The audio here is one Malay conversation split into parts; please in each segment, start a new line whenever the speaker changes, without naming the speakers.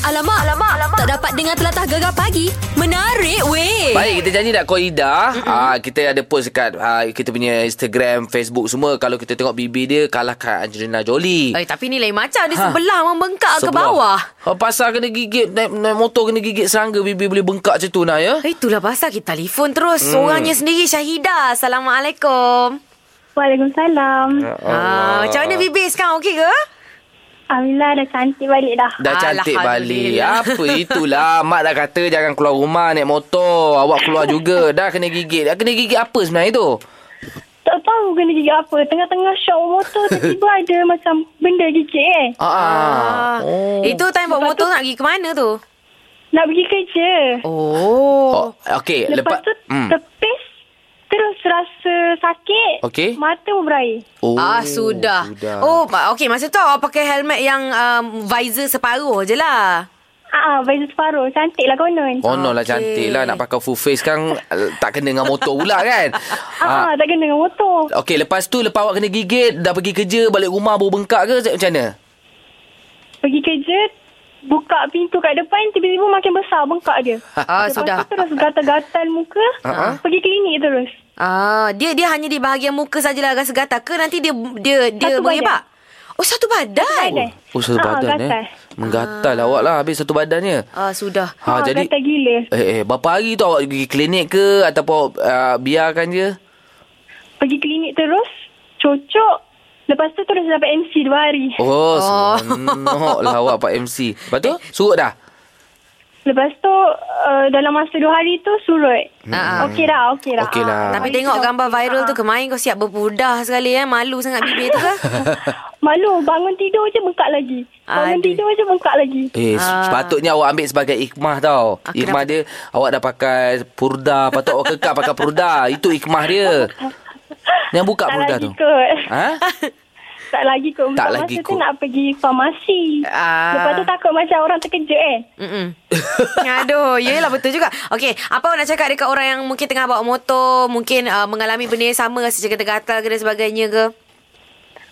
Alamak, alamak, alamak. Tak dapat dengar telatah gegar pagi. Menarik weh.
Baik, kita janji nak call Ida. Ah, kita ada post dekat ah, kita punya Instagram, Facebook semua. Kalau kita tengok bibi dia kalahkan Angelina Jolie.
Eh, tapi ni lain macam.
Ha.
Dia sebelah membengkak ke bawah.
Ah, pasal kena gigit naik, naik motor kena gigit serangga bibi boleh bengkak macam tu nak ya.
Eh, Itulah pasal kita telefon terus. Hmm. Orangnya sendiri Syahida. Assalamualaikum.
Ya.
Waalaikumsalam.
Ah, macam mana Bibi sekarang okey ke?
Alhamdulillah dah cantik balik dah.
Dah cantik balik.
Alhamdulillah.
Apa itulah. Mak dah kata jangan keluar rumah naik motor. Awak keluar juga. Dah kena gigit. Dah kena gigit apa sebenarnya tu?
Tak tahu kena gigit apa. Tengah-tengah shock motor tiba-tiba ada macam benda gigit eh.
Ah. ah.
Ah.
Oh.
Itu time bawa motor nak pergi ke mana tu?
Nak pergi kerja.
oh.
Oh.
Okey,
Lepas,
lepas, hmm.
tu tepis terus rasa sakit.
Okey.
Mata berair.
Oh,
ah sudah.
sudah.
Oh, ma- okey masa tu awak pakai helmet yang um, visor separuh je lah.
Ah, baju separuh. Cantik lah konon.
Konon lah
Okey.
cantik lah Nak pakai full face kan eh, Tak kena dengan motor pula kan ha.
Ah, tak kena dengan motor.
Okey lepas tu Lepas awak kena gigit Dah pergi kerja Balik rumah bau bengkak ke Zaid, Macam mana
Pergi kerja, buka pintu kat depan, tiba-tiba makin besar bengkak dia.
Ah,
Lepas
sudah.
tu terus gatal-gatal muka,
Ah, ah.
pergi klinik terus.
Ah, dia dia hanya di bahagian muka sajalah rasa gatal ke nanti dia dia dia
Satu
mengebak. Oh, satu badan.
badan. Eh.
Oh satu
Ah,
badan eh
gatal.
Menggatal awak lah Habis satu badannya
Ah, sudah.
Ha,
Ah,
jadi
gatal gila.
Eh eh Berapa hari tu awak pergi klinik ke Ataupun uh, biarkan je
Pergi klinik terus, cocok. Lepas tu terus dapat MC dua hari.
Oh, oh. seronok lah awak Pak MC Lepas
Eh.
tu surut dah
Lepas tu, uh, dalam masa dua hari tu surut.
Ah, ah.
Okey dah, okey dah.
Okey lah.
Ah,
Tapi
hari
tengok
tu dah
gambar
okey.
viral tu kemarin kau siap berpudah sekali eh. Malu sangat bibir tu ke?
Malu, bangun tidur je bengkak lagi. Bangun
Aduh.
tidur je bengkak lagi.
Eh,
Ah.
ah. sepatutnya awak ambil sebagai ikmah tau.
Ah,
ikmah dia, awak dah pakai purda. Patut awak kekal pakai purda. Itu ikmah dia. Yang buka
tak
purda
lagi
tu.
kot.
Ha?
Tak lagi kot. Bukan
Tak
masa
lagi
tu
kot.
nak pergi farmasi.
Ah.
Lepas tu takut macam orang terkejut eh.
Mm-mm. Aduh, yelah betul juga. Okey, apa awak nak cakap dekat orang yang mungkin tengah bawa motor, mungkin uh, mengalami benda yang sama rasa macam gatal ke dan sebagainya ke?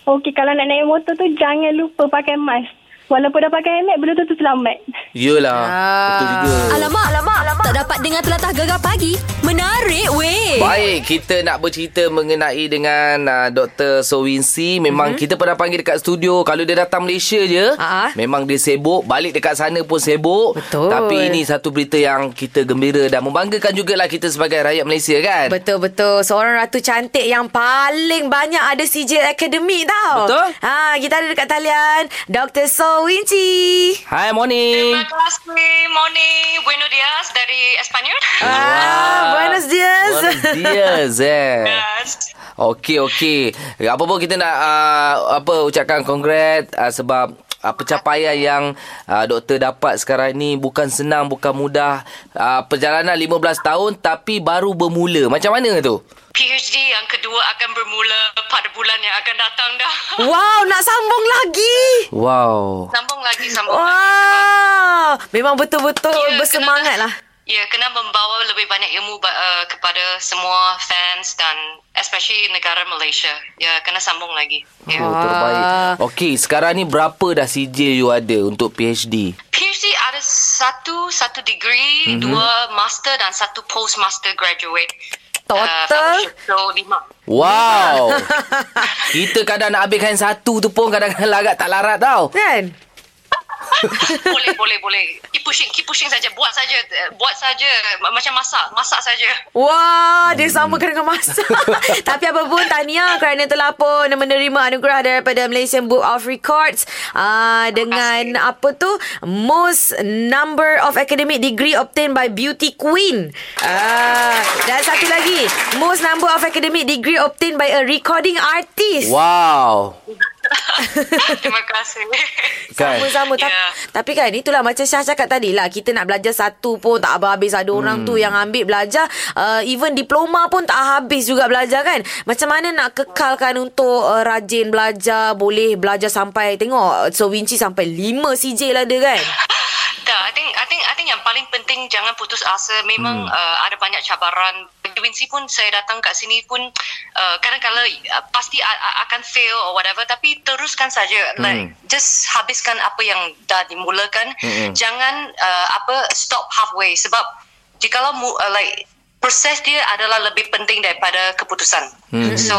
Okey, kalau nak naik motor tu jangan lupa pakai mask. Walaupun dah pakai helmet, belum tentu selamat.
Yelah.
Ah.
Betul juga.
Alamak, alamak, alamak. lah, Tak dapat dengar telatah gegar pagi. Menarik weh.
Baik, kita nak bercerita mengenai dengan uh, Dr. Sowinsi. Memang mm-hmm. kita pernah panggil dekat studio. Kalau dia datang Malaysia
Mhm.
je,
Ah.
memang dia sibuk. Balik dekat sana pun sibuk.
Betul.
Tapi ini satu berita yang kita gembira dan membanggakan jugalah kita sebagai rakyat Malaysia kan.
Betul-betul Seorang ratu cantik Yang paling banyak Ada CJ Academy tau
Betul.
ha, Kita ada dekat talian Dr. So Winci
Hai, morning.
Good morning, buenos días dari Espanyol.
ah, Buenos dias
Buenos dias eh.
Yes.
Okey okey. Apa pun kita nak uh, apa ucapkan kongrat uh, sebab uh, pencapaian yang uh, doktor dapat sekarang ni bukan senang bukan mudah. Uh, perjalanan 15 tahun tapi baru bermula. Macam mana tu?
PhD yang kedua akan bermula pada bulan yang akan datang dah.
Wow nak sambung lagi
Wow.
Sambung lagi, sambung
Oh,
lagi.
Wow Memang betul-betul
Ya,
Bersemangat
kena-
lah
Ya, kena membawa lebih banyak ilmu ba- uh, kepada semua fans dan especially negara Malaysia. Ya, kena sambung lagi. Ya.
Oh, terbaik. Okey, sekarang ni berapa dah CJ you ada untuk PhD?
PhD ada satu satu degree,
Mhm.
mm-hmm. dua master dan satu post master graduate.
Total?
Uh, fellowship. so lima.
Wow. kita kadang nak habiskan satu tu pun kadang-kadang larat tak larat tau.
Kan
boleh boleh boleh keep pushing keep pushing saja buat saja eh, buat saja macam masak masak saja
Wah, dia sama kena dengan masa. Tapi apa pun tahniah kerana telah pun menerima anugerah daripada Malaysian Book of Records uh, dengan apa tu most number of academic degree obtained by beauty queen. Uh, dan satu lagi, most number of academic degree obtained by a recording artist.
Wow.
terima kasih
Kan?
Sama-sama Ta-
Ya.
Tapi kan itulah Macam Syah cakap tadi lah Kita nak belajar satu pun Tak habis-habis Ada orang tu yang ambil belajar uh, Even diploma pun Tak habis juga belajar kan Macam mana nak kekalkan Untuk uh, rajin belajar Boleh belajar sampai Tengok uh, So Winci sampai 5 CJ lah dia kan
tak I think I think I think yang paling penting jangan putus asa memang hmm. uh, ada banyak cabaran Twinsie pun saya datang kat sini pun uh, kadang-kala uh, pasti a- a- akan fail or whatever tapi teruskan saja hmm. like just habiskan apa yang dah dimulakan hmm. jangan uh, apa stop halfway sebab jikalau mu, uh, like proses dia adalah lebih penting daripada keputusan hmm. so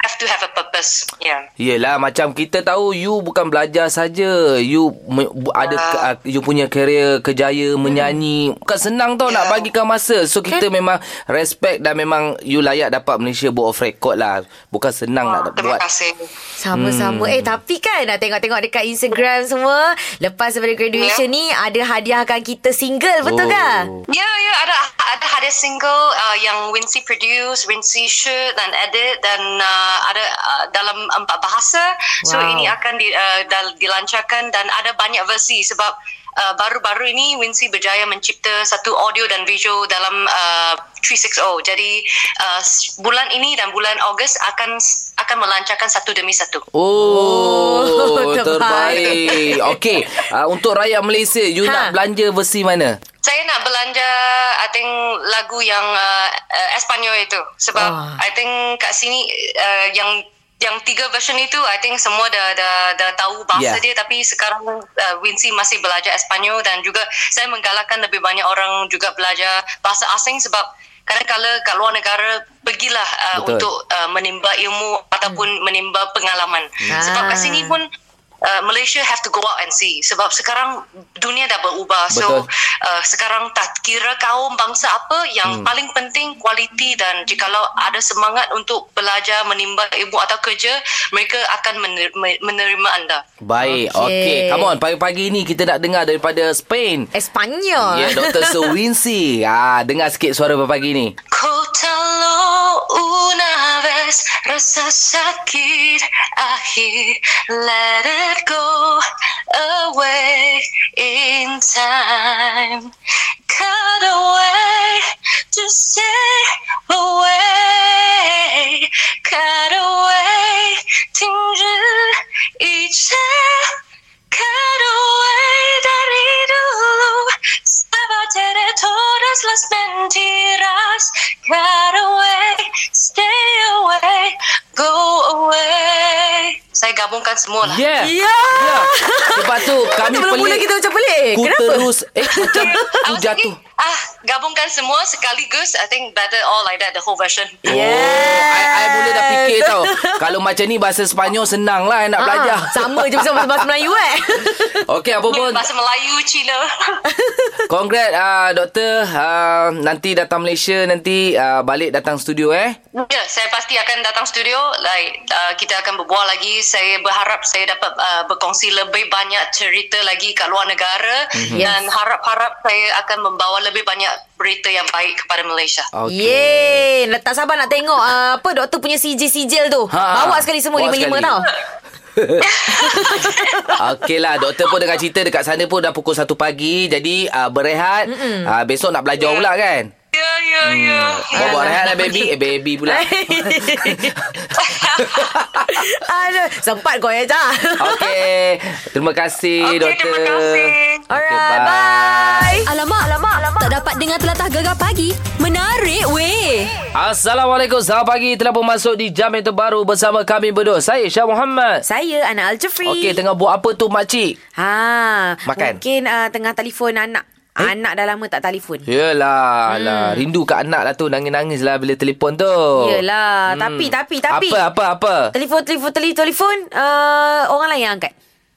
have to have a purpose yeah
Yelah macam kita tahu you bukan belajar saja you me, bu, ada ke,
Ah.
uh, you punya kerjaya
Hmm.
kejaya menyanyi bukan senang tau
Ya.
nak bagikan masa so
Kan?
kita memang respect dan memang you layak dapat Malaysia Book of Record lah bukan senang nak
Ah, terima
buat
kasih
Sama-sama. Hmm. Eh tapi kan nak tengok-tengok dekat Instagram semua, lepas daripada graduation ni ada hadiahkan kita single,
Oh.
betul kan? ke?
Ya, yeah, ya yeah, ada ada hadiah single uh, yang Wincy produce, Wincy shoot dan edit dan uh, ada uh, dalam empat bahasa. Wow. So
Wow.
ini akan di, uh, dal- dilancarkan dan ada banyak versi sebab uh, baru-baru ini Wincy berjaya mencipta satu audio dan visual dalam uh, 360. Jadi uh, s- bulan ini dan bulan Ogos akan s- akan melancarkan satu demi satu.
Oh,
Oh,
terbaik.
terbaik.
Okey, uh, untuk rakyat Malaysia, you
Ha.
ha. nak belanja versi mana?
Saya nak belanja I think lagu yang uh, uh, Espanyol itu sebab
Ah.
I think kat sini uh, yang yang tiga version itu I think semua dah dah, dah tahu
Yeah.
bahasa dia tapi sekarang uh, Wincy masih belajar Espanyol dan juga saya menggalakkan lebih banyak orang juga belajar bahasa asing sebab kadang-kala kat luar negara pergilah uh,
Betul.
untuk uh, menimba ilmu ataupun menimba pengalaman sebab kat
Ah.
sini pun uh, Malaysia have to go out and see sebab sekarang dunia dah berubah
Betul.
so uh, sekarang tak kira kaum bangsa apa yang hmm. paling penting kualiti dan jikalau ada semangat untuk belajar menimba ilmu atau kerja mereka akan menerima, menerima anda
Baik,
Okey.
okey. Okay. Come on, pagi-pagi ni kita nak dengar daripada Spain.
Espanyol.
Ya, yeah, Dr. Sir Wincy. Ah, dengar sikit suara pagi ni.
Contalo una vez, rasa sakit akhir. Let it go away in time. Cut away to stay away. Cut away, 停止一切。Cut away dari dulu Sabatere todas las mentiras Cut away, stay away, go away Saya gabungkan semua lah
Yeah.
Ya.
yeah. Sebab tu kami
Mula-mula
pelik.
kita macam pelik.
Ku
Kenapa?
terus eh macam
I
ku
was
jatuh.
thinking, ah, gabungkan semua sekaligus I think better all like that, the whole version
Oh, I, I mula dah fikir tau. Kalau macam ni bahasa Sepanyol senang lah I nak belajar.
Ah, sama je macam bahasa Melayu eh.
Okey, apa pun
Bahasa Melayu, Cina
Kongrat uh, doktor uh, nanti datang Malaysia nanti uh, balik datang studio eh.
Ya, yeah, saya pasti akan datang studio. Like uh, kita akan berbual lagi. Saya berharap saya dapat uh, berkongsi lebih banyak cerita lagi kat luar negara mm-hmm. dan harap-harap saya akan membawa lebih banyak berita yang baik kepada Malaysia.
Yeay, dah tak sabar nak tengok uh, apa doktor punya sijil-sijil tu.
Ha.
Bawa sekali semua
Bawa
lima-lima
sekali.
tau.
Okey lah doktor pun dengar cerita dekat sana pun dah pukul 1 pagi jadi uh, berehat uh, besok nak belajar pula kan.
Ya, ya, ya.
Bawa bawa rehat lah baby Eh baby pula
Aduh, sempat kau ya, Jah.
Okey Terima kasih
Okey,
doktor
terima kasih.
Alright, bye.
Alamak, alamak, alamak. Tak dapat dengar telatah gegar pagi. Menarik, weh.
Assalamualaikum Selamat pagi Telah pun masuk di jam yang terbaru Bersama kami berdua Saya Syah Muhammad
Saya Ana Al-Jafri.
Okey tengah buat apa tu makcik
Ha,
Makan.
Mungkin uh, tengah telefon anak. Eh? Anak dah lama tak telefon.
Yelah hmm. lah. Rindu kat anak lah tu Nangis-nangis lah Bila telefon tu Hmm.
Yelah, tapi, tapi, tapi.
Oh.
Ah.
Apa apa apa
Telefon, telefon, telefon, telefon. Uh, orang lain yang angkat.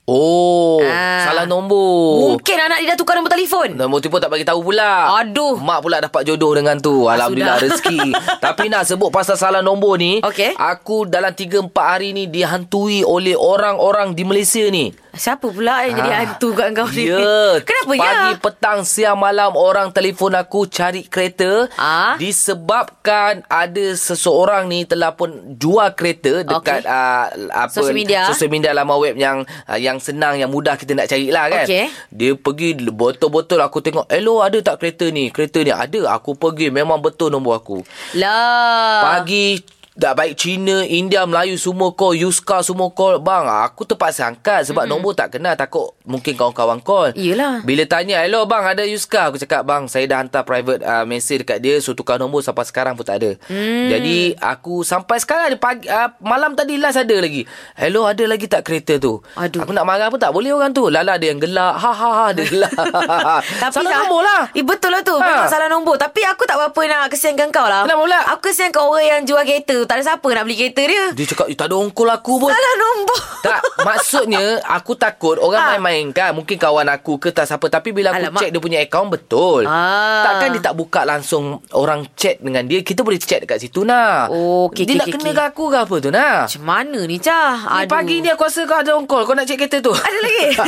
Oh
Ah.
Salah nombor
Mungkin anak dia dah tukar nombor telefon.
Nombor tipu tak bagi tahu pula.
Aduh. Ah,
Mak pula dapat jodoh dengan tu. Alhamdulillah
sudah.
rezeki. Tapi nak sebut pasal salah nombor ni.
Okey.
Aku dalam 3-4 hari ni dihantui oleh orang-orang di Malaysia ni.
Siapa pula yang jadi
Ah.
hantu kat kau ni?
Ya.
Kenapa ya?
Pagi, petang, siang, malam orang telefon aku cari kereta.
Ah.
Disebabkan ada seseorang ni telah pun jual kereta dekat
Okey.
uh, apa
Social media.
social media lama web yang uh, yang senang yang mudah kita nak cari lah kan.
Okey.
Dia pergi botol-botol aku tengok, "Hello, ada tak kereta ni?" Kereta ni ada. Aku pergi memang betul nombor aku.
Lah.
Pagi dah baik Cina, India, Melayu semua call, Yuska semua call. Bang, aku terpaksa angkat sebab mm-hmm. nombor tak kenal. Takut mungkin kawan-kawan call.
Yelah.
Bila tanya, hello bang, ada Yuska? Aku cakap, bang, saya dah hantar private uh, message dekat dia. So, tukar nombor sampai sekarang pun tak ada.
Hmm.
Mm. Jadi, aku sampai sekarang, pagi, uh, malam tadi last ada lagi. Hello, ada lagi tak kereta tu?
Aduh.
Aku nak marah pun tak boleh orang tu. Lala dia yang gelak. Ha, ha, ha, dia gelak. Salah
Zah-
nombor lah.
Eh, betul lah tu.
Ha.
Ha. Salah nombor. Tapi aku tak berapa nak kesiankan kau lah.
Kenapa pula?
Aku kesiankan orang yang jual kereta tu. Tak ada siapa nak beli kereta dia.
Dia cakap, "Eh, tak ada ongkol aku pun.
Salah nombor.
Tak, maksudnya aku takut orang
Ah.
main-main kan. Mungkin kawan aku ke tak siapa. Tapi bila aku
Alamak.
Alamak. check dia punya akaun, betul.
Ah.
Takkan dia tak buka langsung orang chat dengan dia. Kita boleh chat dekat situ nak.
Oh, okey, okey,
dia nak
okey,
kena
okey.
ke aku ke apa tu nak.
Macam mana ni, Cah?
Ni pagi ni aku rasa kau ada ongkol. Kau nak check kereta tu.
Ada lagi? Ha.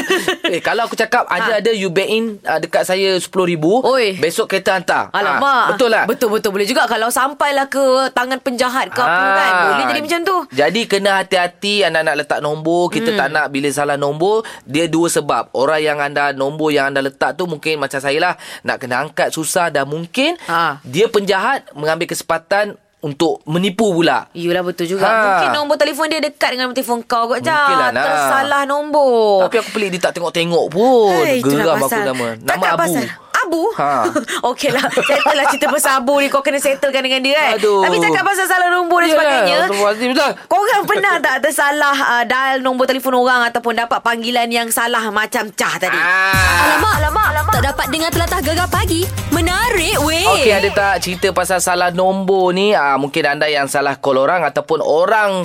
eh, kalau aku cakap ada-ada you bank in uh, dekat saya RM10,000.
Oi.
Besok kereta hantar. Ah,
Alamak.
betul lah.
Betul-betul boleh juga. Kalau sampailah ke tangan penjahat ke apa
Ah.
kan. Boleh jadi macam tu. Hmm.
Jadi kena hati-hati anak-anak letak nombor. Kita tak nak bila salah nombor. Dia dua sebab. Orang yang anda nombor yang anda letak tu mungkin macam saya lah. Nak kena angkat susah dan mungkin
Ha.
dia penjahat mengambil kesempatan untuk menipu pula.
Yelah betul juga.
Ha.
Mungkin nombor telefon dia dekat dengan telefon kau kot, Cah.
Mungkinlah, nak.
Tersalah nombor.
Tapi aku pelik dia tak tengok-tengok pun.
Hai, itulah
Geram aku
Eh, pasal.
nama. Nama
Takkan
Abu.
pasal. Abu?
Ha.
Okey lah. Settle lah cerita pasal Abu ni. Kau kena settlekan dengan dia kan.
Aduh.
Tapi cakap pasal salah nombor dan
Yelah, lah.
sebagainya.
Astaghfirullahalazim, betul.
Korang pernah tak tersalah uh, dial nombor telefon orang ataupun dapat panggilan yang salah macam Cah tadi?
Ah.
Alamak, alamak, alamak. Tak dapat dengar telatah gegar pagi. Menarik weh.
Okey, ada tak cerita pasal salah nombor ni? Ah, mungkin anda yang salah call orang ataupun orang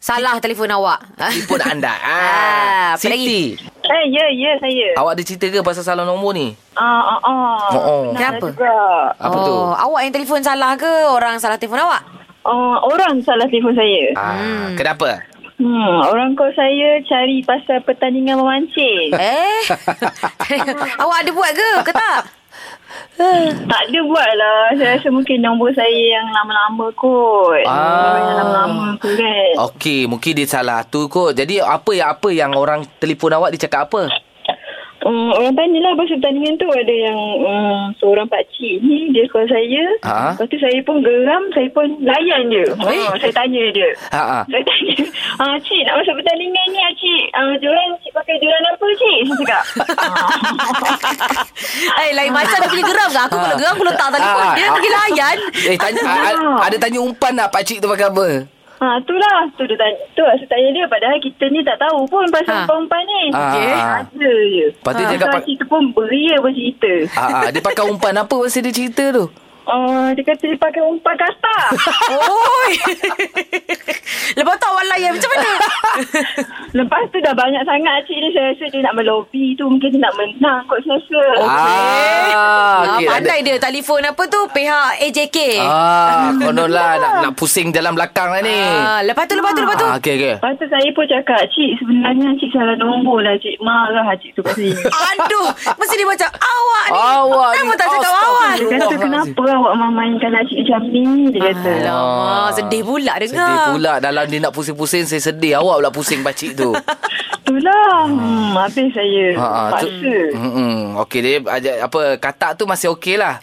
Salah telefon awak.
pun anda.
Ah,
Ah,
apa lagi?
Siti,
Eh, ya, ya saya.
awak ada cerita ke pasal salah nombor ni?
Ah, ah, ah.
Oh, oh.
Pernah
Kenapa?
Juga.
Apa tu?
oh, Awak yang telefon salah ke? Orang salah telefon awak?
Ah, orang salah telefon saya.
Ah, Kenapa?
Hmm, orang call saya cari pasal pertandingan memancing.
Eh? awak ada buat ke? Ke tak?
tak ada buat lah. Saya rasa mungkin nombor saya yang lama-lama kot.
Ah.
Nombor yang lama-lama tu kan.
Okey, mungkin dia salah tu kot. Jadi apa yang apa yang orang telefon awak dia cakap apa?
Um, orang tanyalah pasal pertandingan tu ada yang um, seorang pakcik ni dia call saya.
Ha?
Lepas tu saya pun geram, saya pun layan dia.
Eh?
Ha, saya tanya dia.
Ha ah.
Saya tanya, ah, cik nak masuk pertandingan ni ah, cik. Ah, joran, cik pakai joran apa cik? Saya cakap.
Eh, lain macam dia punya geram ke? Aku kalau geram, aku letak telefon.
Ah,
Dia
ah.
pergi layan. Ah.
Eh tanya a- a- ada tanya umpan lah pak cik tu pakai apa?
Ha, tu lah. Tu dia tanya. Tu lah saya tanya dia. Padahal kita ni tak tahu pun
Ha.
pasal umpan-umpan ni.
Ah.
Okey. Ada je. Ha,
Lepas tu dia cakap pak-
Kita pun beria bercerita.
Ha ah, dia pakai umpan apa masa dia cerita tu?
Ah, dia kata dia pakai umpan kasar.
Oi. Lepas tu awak layan macam mana?
Lepas tu dah banyak sangat cik ni saya rasa dia nak melobi tu mungkin dia nak menang kot saya rasa.
Ah,
Okay,
okey,
ah,
ada-
pandai dia telefon apa tu pihak AJK.
Ah, kononlah nak, nak pusing dalam belakang lah ni.
Ah, lepas tu lepas tu lepas tu.
Ah, okey okey.
Lepas tu saya pun cakap cik sebenarnya cik salah nombor lah cik marah cik tu pasal ini.
Aduh, mesti dia macam awak ni.
Awak ni,
Kenapa tak cakap awal?
Dia kata kenapa awak memainkan acik macam ni dia kata.
Alamak, sedih pula dengar.
Sedih pula dalam dia nak pusing-pusing saya sedih awak pula pusing pak cik tu.
Itulah hmm, habis saya.
Ha ah, tu.
Paksa.
Hmm. Okey dia ajak apa katak tu masih okey lah.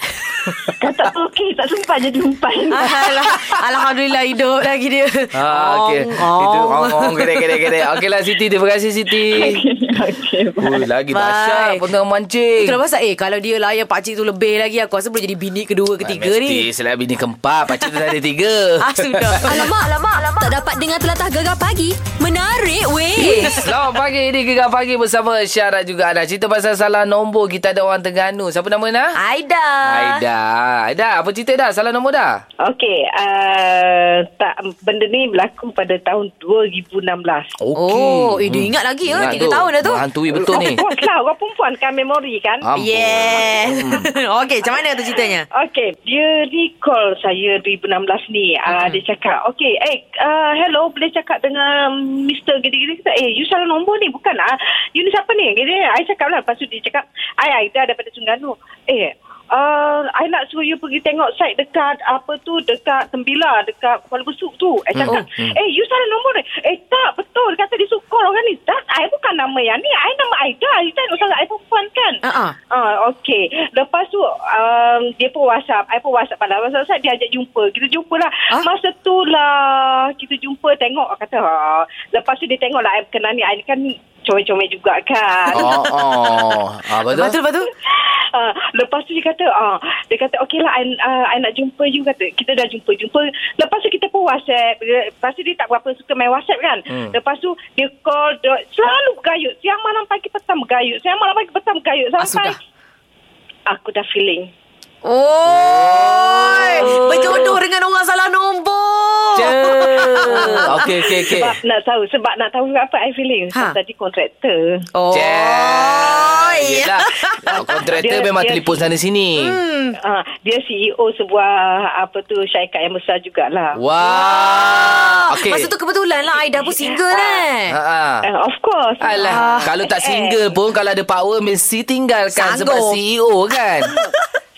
Kata tu okey tak sempat jadi umpan.
Alah, Alhamdulillah hidup lagi dia.
Ah, okey. Itu oh. ong ong gede gede gede. Okeylah lah, Siti, terima kasih Siti.
okey.
Ui, lagi
Bye.
dahsyat pertandingan mancing.
Itulah pasal eh kalau dia layan pakcik tu lebih lagi aku rasa boleh jadi bini kedua ketiga
Ah, Mesti
ni.
selain bini keempat, pakcik tu dah ada tiga.
Ah sudah.
Alamak, alamak, alamak. Tak dapat dengar telatah gegar pagi. Menarik weh.
Selamat pagi ini Gegar Pagi bersama Syara juga ada Cerita pasal salah nombor Kita ada orang Terengganu Siapa nama dah?
Ah. Aida.
Aida Aida apa cerita dah? Salah nombor dah?
Okey, uh, tak benda ni berlaku pada tahun 2016.
Okey. Hmm.
Oh, eh, dia ingat lagi ke? Tiga tahun dah tu.
Hantui betul ni.
Puas lah, orang perempuan kan memori kan.
Ampun. Hmm.
Yes. Okey, macam mana tu ceritanya?
Okey, dia recall saya 2016 ni. Uh, Dia cakap, okey, eh, uh, hello, boleh cakap dengan Mr. Gini-gini. Kata, eh, you salah nombor ni, bukan ah. You ni siapa ni? Gini, I cakap lah. Lepas tu dia cakap, I Aida daripada Terengganu. Eh, Uh, I nak suruh you pergi tengok site dekat apa tu dekat Tembila dekat Kuala Besuk tu. I cakap, "Eh, you salah nombor ni." Eh, tak, betul. Dia kata dia suka orang ni. Tak, I bukan nama yang ni. I nama Aida. Aida tak salah I perempuan kan.
Ah, ah.
Ah, okey. Lepas tu um, dia pun WhatsApp, I pun WhatsApp pada WhatsApp saya dia ajak jumpa. Kita jumpalah.
Ah?
Ah? Masa tu lah kita jumpa tengok kata ha. Lepas tu dia tengok lah I kenal ni I ni kan comel-comel juga kan.
Oh, oh. Ah,
Lepas tu,
betul.
lepas tu?
Uh, lepas tu dia kata uh, dia kata okey lah I, uh, I nak jumpa you kata kita dah jumpa jumpa lepas tu kita pun whatsapp lepas tu dia tak berapa suka main whatsapp kan
Hmm.
hmm. lepas tu dia call dia, selalu bergayut siang malam pagi petang bergayut siang malam pagi petang bergayut
Ah,
sampai
sudah.
aku dah feeling
Oi, berjodoh dengan orang salah nombor.
Je. Okey, okey, okey.
sebab nak tahu sebab nak tahu apa I feeling
Ha.
ha. tadi kontraktor
Oh.
Je.
ya.
Yelah. Ah, Kontraktor
Dia-
memang
dia-
telefon sana sini.
Hmm.
uh, dia CEO sebuah apa tu syarikat yang besar jugalah
Wah. Okey.
Masa tu kebetulan lah Aida pun single
Ha
kan.
ah.
uh, of course
Alah,
Ah,
kalau tak
eh,
single pun kalau ada power mesti tinggalkan
Sanggup.
sebab CEO kan.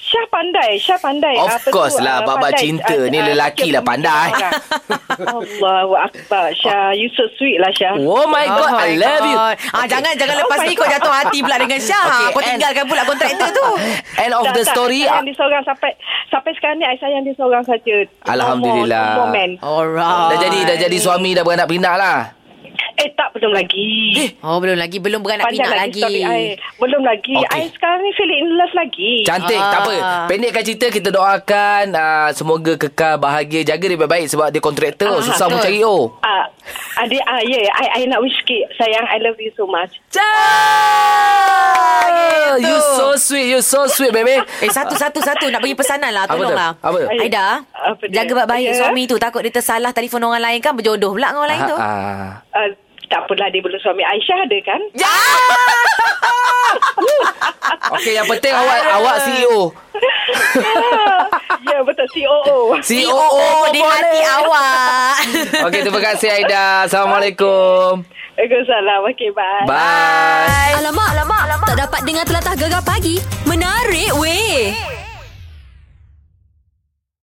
Syah pandai, Syah pandai.
Of
Apa
course
tu,
lah,
ah,
bab-bab
pandai,
cinta
ah,
ni
ah,
lelaki
baca
lah pandai.
pemikiran orang. Allahu Akbar, Syah. You so sweet lah, Syah.
oh my god,
my
I love you.
God. Ah jangan jangan
Oh
lepas
my
ni kau
God.
jatuh hati pula dengan
Okay,
Syah. Kau
and-
tinggalkan pula kontraktor tu.
End of
Tak,
the
tak,
story. ah,
I sayang dia seorang sampai sampai sekarang ni I sayang dia seorang saja.
Alhamdulillah.
No more, no more man.
Alright.
Dah jadi
Ah.
dah jadi suami dah beranak pindah lah.
Eh tak belum lagi.
Eh,
Oh belum lagi belum beranak pinak lagi.
story I. Belum lagi.
Okey.
Okay. I sekarang ni feeling in love lagi.
Cantik
Ah.
Tak apa Pendekkan cerita Kita doakan uh, Semoga kekal bahagia Jaga dia baik-baik Sebab dia kontraktor
Ah,
Susah
betul.
mencari oh
Ah, adik ah ya, yeah, I I nak wish sikit. Sayang, I love you so much.
gitu.
Ah, You so sweet You so sweet baby
Eh satu satu satu nak bagi pesanan lah
Apa tu?
tolonglah.
Apa tu?
Aida,
Apa dia?
jaga baik-baik
Ya.
suami tu takut dia tersalah telefon orang lain kan berjodoh pula dengan orang lain tu.
Ah, ah.
Uh, tak apalah dia belum suami Aisyah ada kan?
Ya.
Okey yang penting awak Awak E CEO
ya betul COO.
Oh,
COO
di hati awak.
E Okey terima kasih Aida Assalamualaikum
Waalaikumsalam. Okay, bye.
Bye
Alamak, alamak, alamak. Tak dapat dengar telatah gegar pagi. Menarik, weh.